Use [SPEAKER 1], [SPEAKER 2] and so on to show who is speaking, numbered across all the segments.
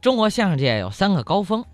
[SPEAKER 1] 中国相声界有三个高峰，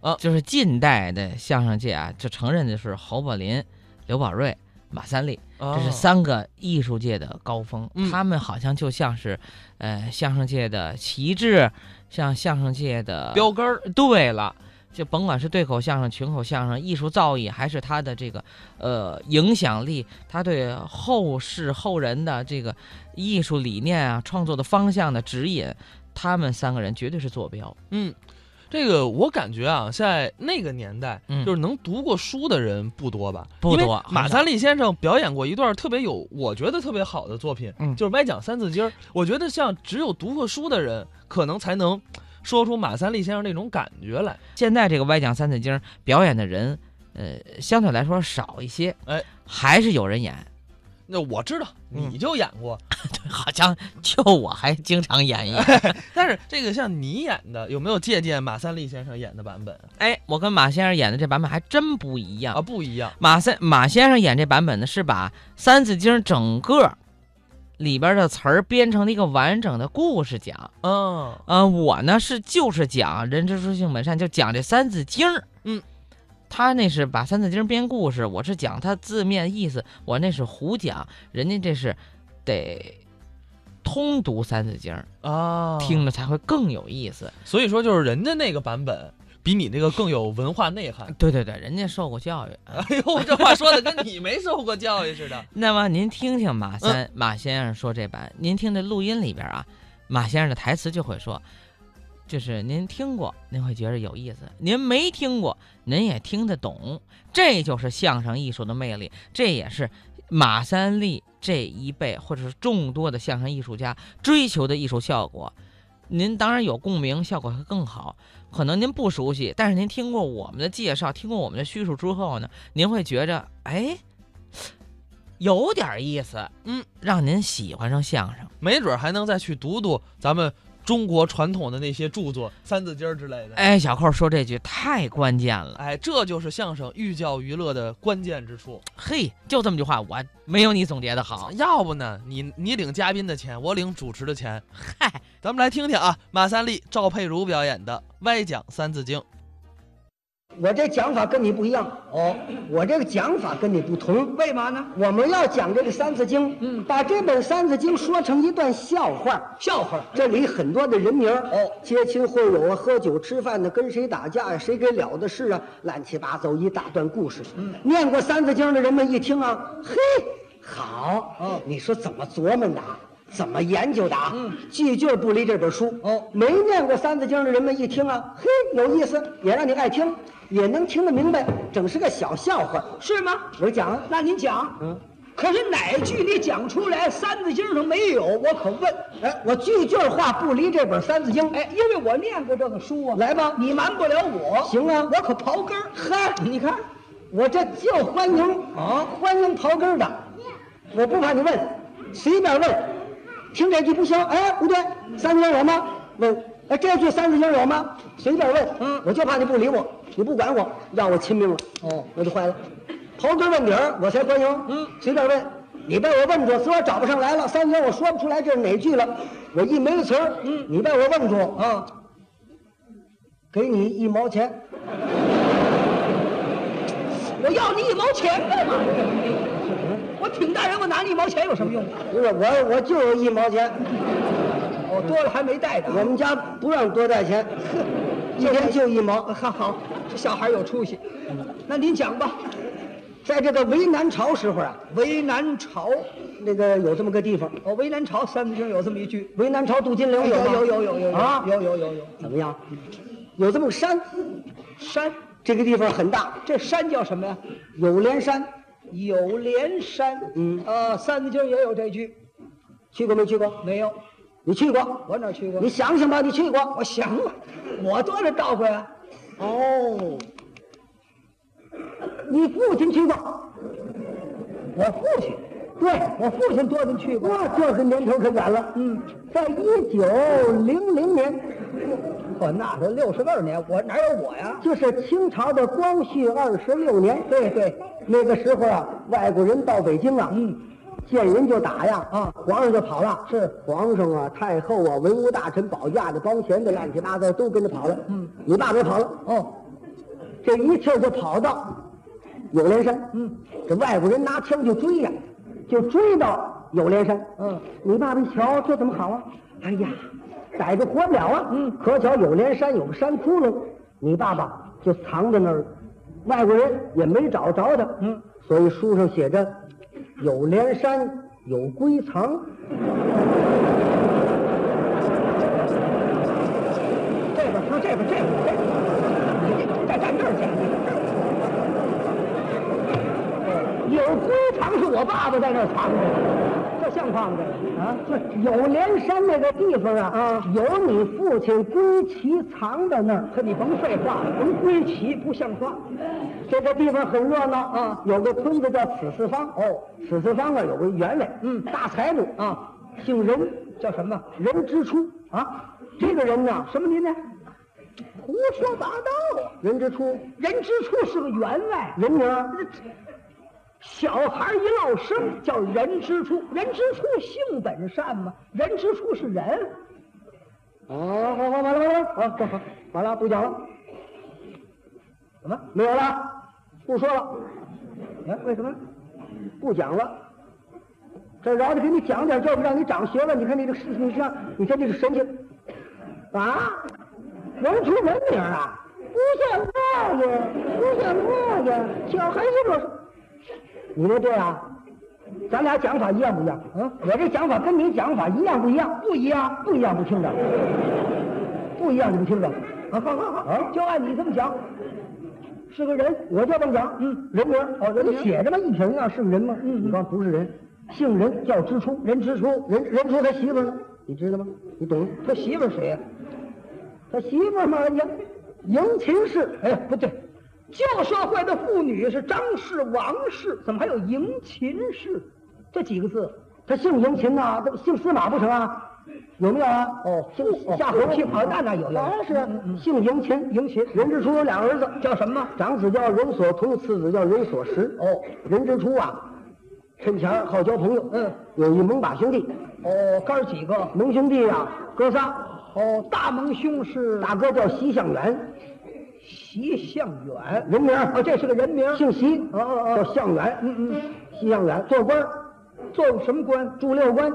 [SPEAKER 2] 啊
[SPEAKER 1] 就是近代的相声界啊，就承认的是侯宝林、刘宝瑞、马三立，
[SPEAKER 2] 这
[SPEAKER 1] 这是三个艺术界的高峰。
[SPEAKER 2] 哦嗯
[SPEAKER 1] 他们好像就像是，呃，相声界的旗帜，像相声界的
[SPEAKER 2] 标杆儿，
[SPEAKER 1] 对了，就甭管是对口相声、群口相声，艺术造诣，还是他的这个呃影响力，他对后世后人的这个艺术理念啊、创作的方向的指引，他们三个人绝对是坐标。
[SPEAKER 2] 嗯。这个我感觉啊，在那个年代，
[SPEAKER 1] 嗯
[SPEAKER 2] 就是能读过书的人不多吧？
[SPEAKER 1] 不多
[SPEAKER 2] 因为马
[SPEAKER 1] 很少
[SPEAKER 2] 三立先生表演过一段特别有，我觉得特别好的作品，
[SPEAKER 1] 嗯
[SPEAKER 2] 就是歪讲三字经儿。我觉得像只有读过书的人，可能才能说出马三立先生那种感觉来。
[SPEAKER 1] 现在这个歪讲三字经儿表演的人，呃，相对来说少一些，
[SPEAKER 2] 哎，
[SPEAKER 1] 还是有人演，
[SPEAKER 2] 那我知道
[SPEAKER 1] 嗯
[SPEAKER 2] 你就演过，
[SPEAKER 1] 好像就我还经常演一演。
[SPEAKER 2] 但是这个像你演的，有没有借鉴马三立先生演的版本啊
[SPEAKER 1] 哎，我跟马先生演的这版本还真不一样
[SPEAKER 2] 啊？不一样，
[SPEAKER 1] 马三马先生演这版本呢，是把《三字经》整个里边的词儿编成了一个完整的故事讲。
[SPEAKER 2] 嗯
[SPEAKER 1] 呃，我呢是就是讲“人之初，性本善”，就讲这《三字经》。
[SPEAKER 2] 嗯，
[SPEAKER 1] 他那是把《三字经》编故事，我是讲它字面意思，我那是胡讲，人家这是得通读《三字经》，
[SPEAKER 2] 啊，
[SPEAKER 1] 听着才会更有意思。
[SPEAKER 2] 所以说，就是人家那个版本比你那个更有文化内涵。
[SPEAKER 1] 对对对，人家受过教育。啊
[SPEAKER 2] 哎呦，这话说的跟你没受过教育似的。
[SPEAKER 1] 那么您听听马三、马先生说这版，您听这录音里边啊，马先生的台词就会说，就是您听过，您会觉得有意思；您没听过，您也听得懂。这就是相声艺术的魅力，这也是马三立这一辈或者是众多的相声艺术家追求的艺术效果。您当然有共鸣，效果会更好。可能您不熟悉，但是您听过我们的介绍，听过我们的叙述之后呢，您会觉着，哎，有点意思，
[SPEAKER 2] 嗯，
[SPEAKER 1] 让您喜欢上相声。
[SPEAKER 2] 没准儿还能再去读读咱们中国传统的那些著作，《 三字经》之类的。
[SPEAKER 1] 哎，小寇说这句太关键了，
[SPEAKER 2] 哎，这就是相声寓教于乐的关键之处。啊
[SPEAKER 1] 嘿，就这么句话，我没有你总结的好。
[SPEAKER 2] 要不呢，你你领嘉宾的钱，我领主持的钱。
[SPEAKER 1] 嗨，
[SPEAKER 2] 咱们来听听啊，马三立、赵佩茹表演的《歪讲三字经》。
[SPEAKER 3] 我这讲法跟你不一样哦，我这个讲法跟你不同。
[SPEAKER 4] 为嘛呢？
[SPEAKER 3] 我们要讲这个《三字经》，嗯，把这本《三字经》说成一段笑话。
[SPEAKER 4] 笑话。
[SPEAKER 3] 这里很多的人名儿
[SPEAKER 4] 哦
[SPEAKER 3] 接亲会友啊，喝酒吃饭的，跟谁打架呀、谁给了的事啊，乱七八糟一大段故事。嗯，念过《三字经》的人们一听啊，嘿，好，
[SPEAKER 4] 哦
[SPEAKER 3] 你说怎么琢磨的啊？怎么研究的啊？嗯，句句不离这本书。
[SPEAKER 4] 哦
[SPEAKER 3] 没念过《三字经》的人们一听啊，嘿，有意思，也让你爱听，也能听得明白，整是个小笑话。
[SPEAKER 4] 是吗？
[SPEAKER 3] 我讲啊，
[SPEAKER 4] 那您讲。
[SPEAKER 3] 嗯。
[SPEAKER 4] 可是哪句你讲出来《三字经》上没有？我可问。
[SPEAKER 3] 哎，我句句话不离这本《三字经》。
[SPEAKER 4] 哎，因为我念过这个书啊。
[SPEAKER 3] 来吧
[SPEAKER 4] 你瞒不了我。
[SPEAKER 3] 行啊
[SPEAKER 4] 我可刨根儿。
[SPEAKER 3] 嗨，你看，我这就欢迎啊，欢迎刨根儿的，我不怕你问，随便问，听这句不行，哎，不对，三字经有吗？问，哎，这句三字经有吗？随便问，
[SPEAKER 4] 嗯
[SPEAKER 3] 我就怕你不理我，你不管我，让我亲命了，
[SPEAKER 4] 哦，
[SPEAKER 3] 我就坏了，刨根问底儿我才欢迎，
[SPEAKER 4] 嗯，
[SPEAKER 3] 随便问。你被我问住，词儿找不上来了，三字经我说不出来这是哪句了，我一没词儿，
[SPEAKER 4] 嗯
[SPEAKER 3] 你被我问住，
[SPEAKER 4] 啊，
[SPEAKER 3] 给你一毛钱，
[SPEAKER 4] 我要你一毛钱干嘛？我挺大人，我拿你一毛钱有什么用？
[SPEAKER 3] 不是我我就有一毛钱，
[SPEAKER 4] 哦，多了还没带着。
[SPEAKER 3] 我们家不让多带 钱，一天就一毛。
[SPEAKER 4] 好好，这小孩有出息。那您讲吧。
[SPEAKER 3] 在这个为南朝时候啊，
[SPEAKER 4] 为南朝，
[SPEAKER 3] 那个有这么个地方，
[SPEAKER 4] 哦，为南朝《三字经》有这么一句。哎
[SPEAKER 3] 为南朝镀金陵有吗
[SPEAKER 4] 有有有有有
[SPEAKER 3] 啊，
[SPEAKER 4] 有有有有
[SPEAKER 3] 怎么样？有这么个山，
[SPEAKER 4] 山，
[SPEAKER 3] 这个地方很大，
[SPEAKER 4] 这山叫什么呀？
[SPEAKER 3] 有连山，
[SPEAKER 4] 有连山，
[SPEAKER 3] 嗯
[SPEAKER 4] 呃，《三字经》也有这句，
[SPEAKER 3] 去过没去过？
[SPEAKER 4] 没有，
[SPEAKER 3] 你去过？
[SPEAKER 4] 我哪去过
[SPEAKER 3] 你？想想吧，你去过？
[SPEAKER 4] 我想了，我多少到过呀、
[SPEAKER 3] 哦，你父亲去过？我父亲。对，我父亲多的去过，那这个年头可远了。嗯，在一九零零年，哦
[SPEAKER 4] 我那时候六十二年，我哪有我呀？
[SPEAKER 3] 就是清朝的光绪二十六年。对对，那个时候啊，外国人到北京啊，
[SPEAKER 4] 嗯，
[SPEAKER 3] 见人就打呀，啊，皇上就跑了，是皇上啊、太后啊、文武大臣、保驾的、帮闲的，乱七八糟都跟着跑了。嗯，你爸没跑了，哦，这一气儿就跑到有连山，嗯，这外国人拿枪就追呀、就追到有连山，嗯，你爸爸一瞧，这怎么好啊？哎呀，逮着活不了啊，嗯，可巧有连山有个山窟窿，你爸爸就藏在那儿，外国人也没找着他，嗯，所以书上写着有连山有归藏，
[SPEAKER 4] 这边说这边这边这边，站站这儿去。
[SPEAKER 3] 有归藏是我爸爸在那儿藏的，这像话吗？啊，这有连山那个地方啊，啊，有你父亲归齐藏到那儿，
[SPEAKER 4] 可你甭废话了，甭归齐不像话。
[SPEAKER 3] 这个地方很热闹
[SPEAKER 4] 啊，
[SPEAKER 3] 有个村子叫此四方哦，此四方啊有个员外，嗯，大财主
[SPEAKER 4] 啊，
[SPEAKER 3] 姓任，
[SPEAKER 4] 叫什么？
[SPEAKER 3] 任之初啊，这个人呢，
[SPEAKER 4] 什么您呢？胡说八道啊！
[SPEAKER 3] 任之初，
[SPEAKER 4] 人之初是个员外，
[SPEAKER 3] 人名儿
[SPEAKER 4] 小孩一落生叫人之初，人之初性本善嘛，人之初是人。
[SPEAKER 3] 哦，好好，完了完了，好，好好，完了，不讲了，
[SPEAKER 4] 怎么？
[SPEAKER 3] 没有了，不说了，
[SPEAKER 4] 哎，为什么？
[SPEAKER 3] 不讲了。这饶得给你讲点，这不让你长学问。你看你这个事情，你像你看这个神情，啊，能出人名啊？
[SPEAKER 4] 不像话呀，不像话呀！小孩一落生，
[SPEAKER 3] 你那对啊？咱俩讲法一样不一样？嗯，我这讲法跟你讲法一样不一样？不一样，不一样，不听着，不一样，你不听着。
[SPEAKER 4] 啊，好好好，就按你这么讲，
[SPEAKER 3] 是个人，我就这么讲。嗯，人名哦，人
[SPEAKER 4] 名
[SPEAKER 3] 写着嘛，一撇一捺是个人吗？嗯，你告诉我不是人，姓任叫支出，人支出，人人出他媳妇儿呢，你知道吗？你懂？
[SPEAKER 4] 他媳妇儿谁呀？
[SPEAKER 3] 啊他媳妇儿嘛，迎迎秦氏。哎呀，不对，
[SPEAKER 4] 旧社会的妇女是张氏、王氏，怎么还有迎秦氏这几个字？
[SPEAKER 3] 他姓迎秦呐、这姓司马不成啊？有没有啊？哦，姓夏
[SPEAKER 4] 夏
[SPEAKER 3] 侯
[SPEAKER 4] 侯
[SPEAKER 3] 气
[SPEAKER 4] 气
[SPEAKER 3] 跑
[SPEAKER 4] 跑
[SPEAKER 3] 那那
[SPEAKER 4] 那那
[SPEAKER 3] 有
[SPEAKER 4] 有
[SPEAKER 3] 有
[SPEAKER 4] 有
[SPEAKER 3] 是姓迎秦，迎秦。任之初有俩儿子，
[SPEAKER 4] 叫什么？
[SPEAKER 3] 长子叫任所通，次子叫任所实。哦，任之初啊，趁钱儿好交朋友。
[SPEAKER 4] 嗯，
[SPEAKER 3] 有一盟把兄弟，
[SPEAKER 4] 哦，哥儿几个？
[SPEAKER 3] 盟兄弟啊，哥仨，
[SPEAKER 4] 哦，大盟兄是
[SPEAKER 3] 大哥叫席向远，
[SPEAKER 4] 席向远。
[SPEAKER 3] 人名
[SPEAKER 4] 哦，这是个人名。
[SPEAKER 3] 姓席，
[SPEAKER 4] 哦哦哦
[SPEAKER 3] 叫向远。嗯嗯，席向远做官儿，
[SPEAKER 4] 做什么官？
[SPEAKER 3] 驻六关，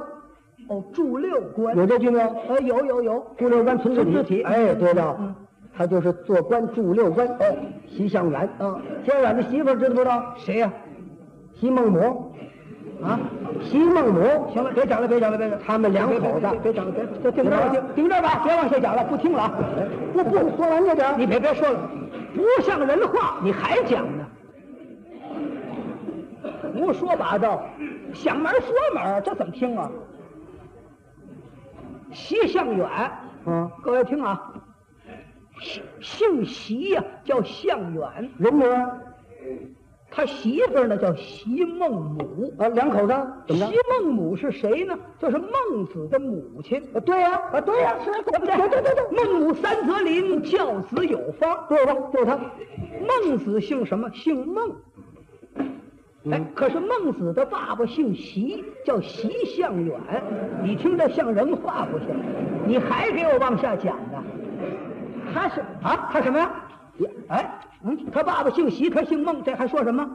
[SPEAKER 4] 哦，驻六官。
[SPEAKER 3] 有这句没有？
[SPEAKER 4] 呃，有有有。
[SPEAKER 3] 驻六关存
[SPEAKER 4] 存
[SPEAKER 3] 字
[SPEAKER 4] 字
[SPEAKER 3] 体。
[SPEAKER 4] 体嗯
[SPEAKER 3] 哎，对了，他就是做官驻六关。哦，席向远。
[SPEAKER 4] 嗯，
[SPEAKER 3] 向远的媳妇儿知道不知道？
[SPEAKER 4] 谁呀、
[SPEAKER 3] 席孟母，
[SPEAKER 4] 啊？
[SPEAKER 3] 席孟母。
[SPEAKER 4] 行了，别讲了，别讲了，别讲了。
[SPEAKER 3] 他们两口子
[SPEAKER 4] 别别别别讲了，别就
[SPEAKER 3] 怎
[SPEAKER 4] 停这
[SPEAKER 3] 么
[SPEAKER 4] 儿
[SPEAKER 3] 了
[SPEAKER 4] 吧，停停这儿吧，别往下讲了，不听了啊。
[SPEAKER 3] 不不，说完这点儿
[SPEAKER 4] 你别别说了，不像人话，你还讲呢？胡说八道，想门儿说门儿，这怎么听啊？席向远，
[SPEAKER 3] 啊，
[SPEAKER 4] 各位听啊，姓姓席呀、叫向远，
[SPEAKER 3] 人名儿
[SPEAKER 4] 他媳妇儿呢叫席孟母。
[SPEAKER 3] 啊，两口子怎么着
[SPEAKER 4] 席？孟母是谁呢？就是孟子的母亲。
[SPEAKER 3] 啊对呀，啊对呀，是
[SPEAKER 4] 对不对？对对对对。孟母三则邻，教子有方。
[SPEAKER 3] 对吧？就是他。
[SPEAKER 4] 孟子姓什么？姓孟。哎，可是孟子的爸爸姓席，叫席向远。你听着像人话不像？你还给我往下讲呢？他是啊，他什么呀？哎，嗯，他爸爸姓席，他姓孟，这还说什么？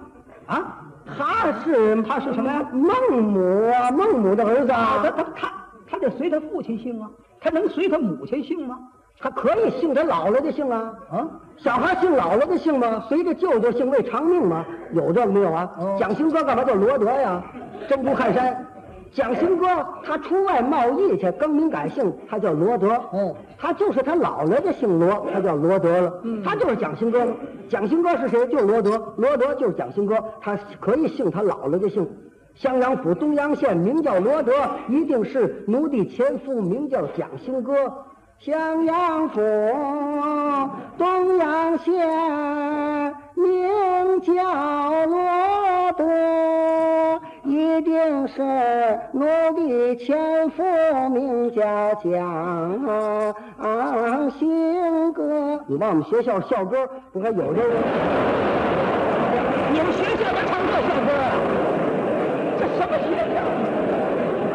[SPEAKER 4] 啊，
[SPEAKER 3] 他是
[SPEAKER 4] 他是什么呀？
[SPEAKER 3] 孟母啊，孟母的儿子
[SPEAKER 4] 啊，
[SPEAKER 3] 啊
[SPEAKER 4] 他他他他得随他父亲姓啊，他能随他母亲姓吗？
[SPEAKER 3] 他可以姓他姥姥的姓啊啊！小孩姓姥姥的姓吗？随着舅舅姓为长命吗？有这个没有啊？
[SPEAKER 4] 哦
[SPEAKER 3] 蒋兴哥干嘛叫罗德呀？珍珠汗衫，蒋兴哥他出外贸易去，更名改姓，他叫罗德。
[SPEAKER 4] 哦，
[SPEAKER 3] 他就是他姥姥的姓罗，他叫罗德了。他就是蒋兴哥了。蒋兴哥是谁？就是罗德。罗德就是蒋兴哥，他可以姓他姥姥的姓。襄阳府东阳县名叫罗德，一定是奴婢前夫名叫蒋兴哥。襄阳府东阳县名叫罗德，一定是奴婢前夫名叫蒋兴哥。你往我们学校校歌不还有这个？
[SPEAKER 4] 你们学校还唱这校歌啊？这啊什么学生？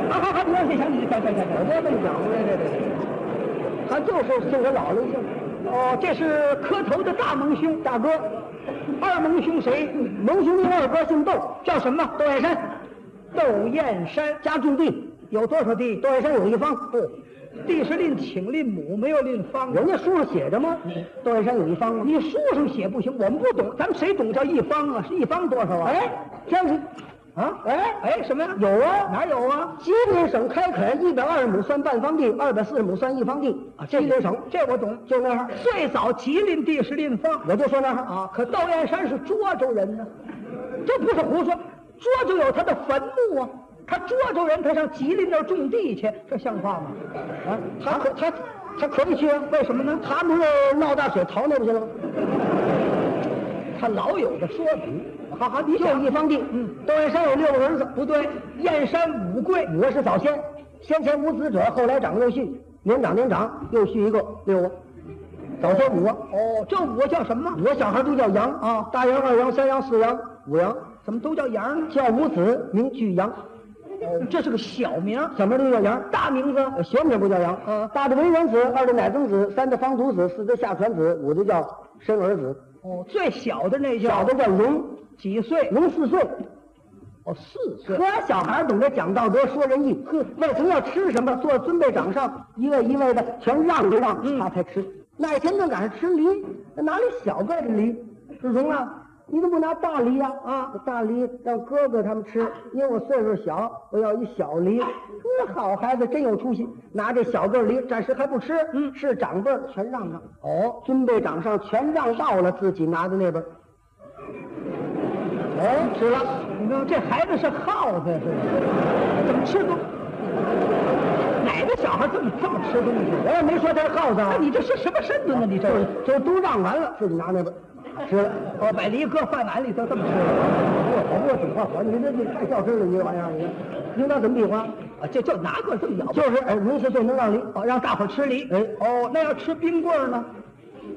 [SPEAKER 3] 好好好，你让谁想你想想想
[SPEAKER 4] 我
[SPEAKER 3] 想，
[SPEAKER 4] 这么讲的，这这这，他就是送我姥姥一姓。哦，这是磕头的大蒙兄，大哥。二蒙兄谁？
[SPEAKER 3] 蒙兄弟二哥姓窦，
[SPEAKER 4] 叫什么？窦燕山。窦燕山家住地有多少地？
[SPEAKER 3] 窦
[SPEAKER 4] 窦
[SPEAKER 3] 燕山有一方，对，
[SPEAKER 4] 地是吝顷吝亩，没有吝方。
[SPEAKER 3] 人家书上写着吗？窦燕山有一方吗？
[SPEAKER 4] 你书上写不行，我们不懂，咱们谁懂叫一方啊？是一方多少啊？
[SPEAKER 3] 哎，这是
[SPEAKER 4] 啊
[SPEAKER 3] 哎
[SPEAKER 4] 哎什么呀？
[SPEAKER 3] 有啊，
[SPEAKER 4] 哪有啊？
[SPEAKER 3] 吉林省开垦一百二十亩算半方地，二百四十亩算一方地啊。吉林省
[SPEAKER 4] 这我懂。
[SPEAKER 3] 就那样，
[SPEAKER 4] 最早吉林地是吝方
[SPEAKER 3] 我就说那样啊。
[SPEAKER 4] 啊，可窦燕山是涿州人呢，这不是胡说。涿州有他的坟墓啊，他涿州人，他上吉林那儿种地去，这像话吗？
[SPEAKER 3] 啊，他可他他可不去啊？为什么呢？他不是闹大水逃那不去了吗？
[SPEAKER 4] 他老有的说法。好好，你
[SPEAKER 3] 就一方地，嗯，窦燕山有六个儿子，
[SPEAKER 4] 不对，燕山五贵，
[SPEAKER 3] 五个是早先，先前无子者，后来长又续，年长年长又续一个六个，早先五个，
[SPEAKER 4] 哦，这五个叫什么
[SPEAKER 3] 五？个小孩都叫羊
[SPEAKER 4] 啊
[SPEAKER 3] 大羊、二羊、三羊、四羊、五羊，
[SPEAKER 4] 怎么都叫羊呢？
[SPEAKER 3] 叫五子名俱羊，
[SPEAKER 4] 哦，这是个小名儿，
[SPEAKER 3] 小名都叫羊，
[SPEAKER 4] 大名字
[SPEAKER 3] 呃学名不叫羊，
[SPEAKER 4] 嗯
[SPEAKER 3] 大的为人子，二的乃曾子，三的方独子，四的下传子，五的叫生儿子，
[SPEAKER 4] 哦，最小的那叫
[SPEAKER 3] 小的叫龙，
[SPEAKER 4] 几岁？
[SPEAKER 3] 龙四岁，
[SPEAKER 4] 哦，四岁。
[SPEAKER 3] 可小孩懂得讲道德、说仁义，哼，为什么要吃什么？做尊辈掌上，一位一位的全让一让，他才吃。嗯那天正赶上吃梨，哪里小个的梨？志荣啊，你怎么不拿大梨呀、啊？大梨让哥哥他们吃，因为我岁数小，我要一小梨。嗯，好孩子真有出息，拿这小个梨，暂时还不吃，嗯，是长辈儿全让让，哦，尊辈掌上全让到了，自己拿的那边儿，哦，吃了。
[SPEAKER 4] 你看这孩子是耗子似的，怎么吃东？哪个小孩这么这么吃东西？
[SPEAKER 3] 我也没说他是耗子啊
[SPEAKER 4] 那，你这是什么身份呢？你这
[SPEAKER 3] 就是就都让完了，自己拿那个吃了。
[SPEAKER 4] 哦，把梨搁饭碗里头这么吃，
[SPEAKER 3] 我我不怎么花活，你这你太较真了，你这玩意儿，你应当怎么比划？
[SPEAKER 4] 啊，这就哪个这么咬？
[SPEAKER 3] 就是哎，龙十岁能让梨，
[SPEAKER 4] 哦，让大伙儿吃梨。
[SPEAKER 3] 哎
[SPEAKER 4] 哦，那要吃冰棍儿呢？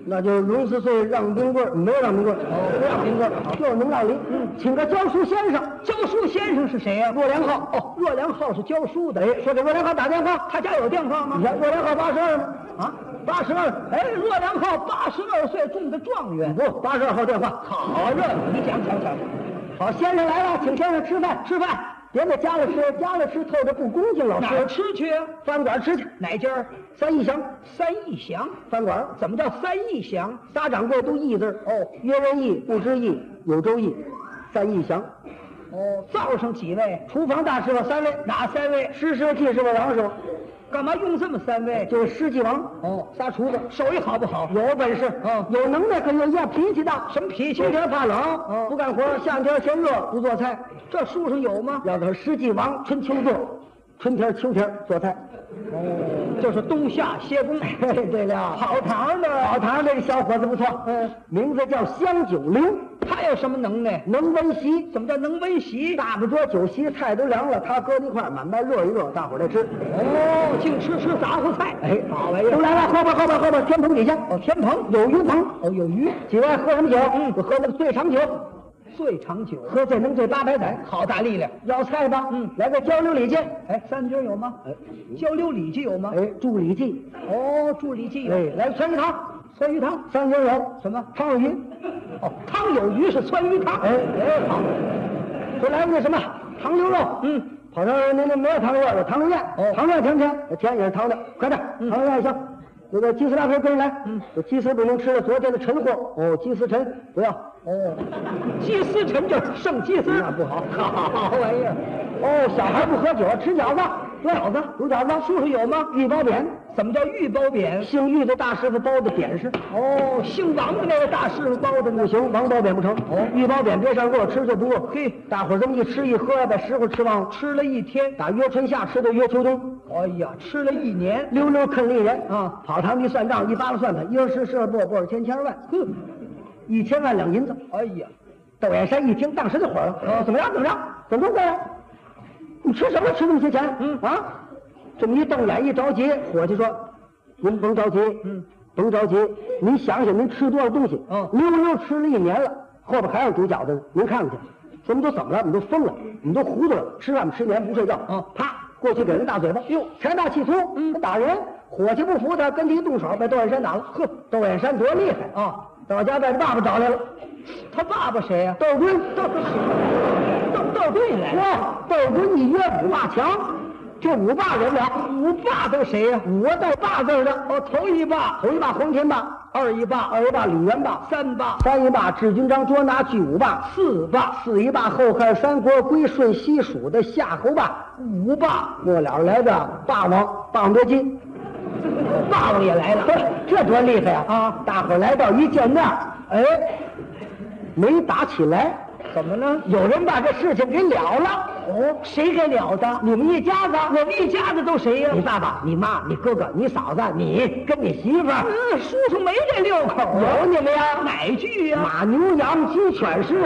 [SPEAKER 3] 那就是龙十岁让冰棍儿，没有让冰棍儿，
[SPEAKER 4] 不让冰棍儿。
[SPEAKER 3] 就是能让梨。请个教书先生，
[SPEAKER 4] 嗯教书先生是谁呀、
[SPEAKER 3] 若良浩。
[SPEAKER 4] 哦，若良浩是教书的。
[SPEAKER 3] 哎，说给若良浩打电话，
[SPEAKER 4] 他家有电话
[SPEAKER 3] 你
[SPEAKER 4] 吗？
[SPEAKER 3] 看若良浩八十二吗？
[SPEAKER 4] 啊，八十二。哎，若良浩八十二岁中的状元。
[SPEAKER 3] 不，八十二号电话。
[SPEAKER 4] 好热闹，你讲讲讲。
[SPEAKER 3] 好，先生来了，请先生吃饭，吃饭。别在家里吃，家里吃透着不恭敬，老
[SPEAKER 4] 哪儿
[SPEAKER 3] 师。
[SPEAKER 4] 吃去啊？
[SPEAKER 3] 饭馆吃去，
[SPEAKER 4] 哪家儿？
[SPEAKER 3] 三义祥
[SPEAKER 4] 三义祥。
[SPEAKER 3] 饭馆儿。
[SPEAKER 4] 怎么叫三义祥？
[SPEAKER 3] 仨掌柜都义字儿哦，约人义、不知义、有周义，三义祥。
[SPEAKER 4] 哦，灶上几位？
[SPEAKER 3] 厨房大师傅三位，
[SPEAKER 4] 哪三位？
[SPEAKER 3] 师师傅、季师傅、王师傅，
[SPEAKER 4] 干嘛用这么三位？
[SPEAKER 3] 就是师季王。
[SPEAKER 4] 哦，
[SPEAKER 3] 仨厨子，
[SPEAKER 4] 手艺好不好？
[SPEAKER 3] 有本事，
[SPEAKER 4] 哦
[SPEAKER 3] 有能耐可有样，脾气大，
[SPEAKER 4] 什么脾气
[SPEAKER 3] 冬？天怕冷，
[SPEAKER 4] 嗯
[SPEAKER 3] 不干活，夏天嫌热，不做菜。
[SPEAKER 4] 这书上有吗？
[SPEAKER 3] 要的是师季王，春秋做，春天、秋天做菜。
[SPEAKER 4] 哦就是冬夏歇工。
[SPEAKER 3] 嘿嘿，对了，
[SPEAKER 4] 跑堂的，
[SPEAKER 3] 跑堂这个小伙子不错，
[SPEAKER 4] 嗯，
[SPEAKER 3] 名字叫香九龄，
[SPEAKER 4] 他有什么能耐？
[SPEAKER 3] 能温席，
[SPEAKER 4] 怎么叫能温席？
[SPEAKER 3] 大不桌酒席菜都凉了，他搁一块儿满班热一热，大伙儿来吃。
[SPEAKER 4] 哦，净吃吃杂货菜。
[SPEAKER 3] 哎，
[SPEAKER 4] 好玩意
[SPEAKER 3] 都
[SPEAKER 4] 儿。
[SPEAKER 3] 来了，喝吧，喝吧，喝吧。天棚底下哦，天棚有鱼棚，
[SPEAKER 4] 哦，有鱼，
[SPEAKER 3] 几位喝什么酒？嗯，我喝那个醉长酒，
[SPEAKER 4] 醉长酒，
[SPEAKER 3] 喝醉能醉八百载。
[SPEAKER 4] 好大力量。
[SPEAKER 3] 要菜吧？嗯，来个交流礼记。
[SPEAKER 4] 哎，三军有吗？交流礼记有吗？
[SPEAKER 3] 哎，祝礼记。
[SPEAKER 4] 哦，助理记有。
[SPEAKER 3] 哎，来个酸鱼汤，
[SPEAKER 4] 酸鱼汤，
[SPEAKER 3] 三鲜有
[SPEAKER 4] 什么
[SPEAKER 3] 汤有鱼。
[SPEAKER 4] 哦，汤有鱼是酸鱼汤。
[SPEAKER 3] 哎，哎，好，说来个那什么糖溜肉。
[SPEAKER 4] 嗯，
[SPEAKER 3] 跑这儿那那没有糖溜肉，有糖溜宴。
[SPEAKER 4] 哦嗯
[SPEAKER 3] 糖溜宴甜不甜？甜也是糖的，快点，糖溜宴行。那个鸡丝拉皮跟人来，嗯，这鸡丝不能吃了，昨天的陈货哦，鸡丝陈不要，
[SPEAKER 4] 哦鸡丝陈就是剩鸡丝，
[SPEAKER 3] 那不 好。
[SPEAKER 4] 好玩意儿。
[SPEAKER 3] 哦，小孩不喝酒，吃饺子，对饺子，煮饺子，叔叔有吗？玉包匾，
[SPEAKER 4] 怎么叫玉包匾？
[SPEAKER 3] 姓玉的大师傅包的匾是。
[SPEAKER 4] 哦，姓王的那个大师傅包的
[SPEAKER 3] 不
[SPEAKER 4] 呢。
[SPEAKER 3] 行，王包匾不成。哦，玉包匾别上锅，吃就不饿。
[SPEAKER 4] 嘿，
[SPEAKER 3] 大伙儿这么一吃一喝，把食乎吃忘了。
[SPEAKER 4] 吃了一天，
[SPEAKER 3] 打约春夏吃到约秋冬，
[SPEAKER 4] 哎呀，吃了一年，
[SPEAKER 3] 溜溜坑利人
[SPEAKER 4] 啊！
[SPEAKER 3] 跑堂一算账，一扒拉算盘，一而十，十而不，不二千，千而万，
[SPEAKER 4] 哼，
[SPEAKER 3] 一千万两银子。
[SPEAKER 4] 哎呀，
[SPEAKER 3] 窦燕山一听，当时就火了。
[SPEAKER 4] 啊
[SPEAKER 3] 怎么样？怎么样？怎么着？你吃什么？吃这么些钱？嗯啊，这么一瞪眼一着急，伙计说：“您甭着急，嗯，甭着急，您想想您吃多少东西？
[SPEAKER 4] 嗯
[SPEAKER 3] 溜溜吃了一年了，后边还有煮饺子呢，您看看去。说你们都怎么了？你们都疯了，你们都糊涂了，吃饭不吃眠不睡觉啊！啪，过去给人大嘴巴，哟，财大气粗，嗯，打人，伙计不服他，跟谁动手，被窦远山打了。呵，窦远山多厉害啊！到家把他爸爸找来了，
[SPEAKER 4] 他爸爸谁呀、
[SPEAKER 3] 窦军，
[SPEAKER 4] 窦窦窦队来了。
[SPEAKER 3] 哇，窦军你岳武霸强，这武霸人了，
[SPEAKER 4] 武霸都谁呀、
[SPEAKER 3] 武带霸字儿的，
[SPEAKER 4] 哦，头一霸，
[SPEAKER 3] 头一霸黄天霸，
[SPEAKER 4] 二一霸，
[SPEAKER 3] 二一霸李元霸，
[SPEAKER 4] 三霸，
[SPEAKER 3] 三一霸智军章捉拿巨五霸，
[SPEAKER 4] 四霸，
[SPEAKER 3] 四一霸后汉三国归顺西蜀的夏侯霸，
[SPEAKER 4] 五霸，
[SPEAKER 3] 末了来的霸王霸王别姬，
[SPEAKER 4] 霸王也来
[SPEAKER 3] 呵
[SPEAKER 4] 了。
[SPEAKER 3] 这多厉害呀！
[SPEAKER 4] 啊
[SPEAKER 3] 大伙儿来到一见面儿，
[SPEAKER 4] 哎，
[SPEAKER 3] 没打起来，
[SPEAKER 4] 怎么了？
[SPEAKER 3] 有人把这事情给了了。
[SPEAKER 4] 哦，谁给了的？
[SPEAKER 3] 你们一家子，
[SPEAKER 4] 我们一家子都谁呀、
[SPEAKER 3] 你爸爸、你妈、你哥哥、你嫂子、你跟你媳妇儿，
[SPEAKER 4] 嗯，叔叔没这六口啊。
[SPEAKER 3] 有你们呀？
[SPEAKER 4] 哪句呀、
[SPEAKER 3] 马牛羊鸡犬狮。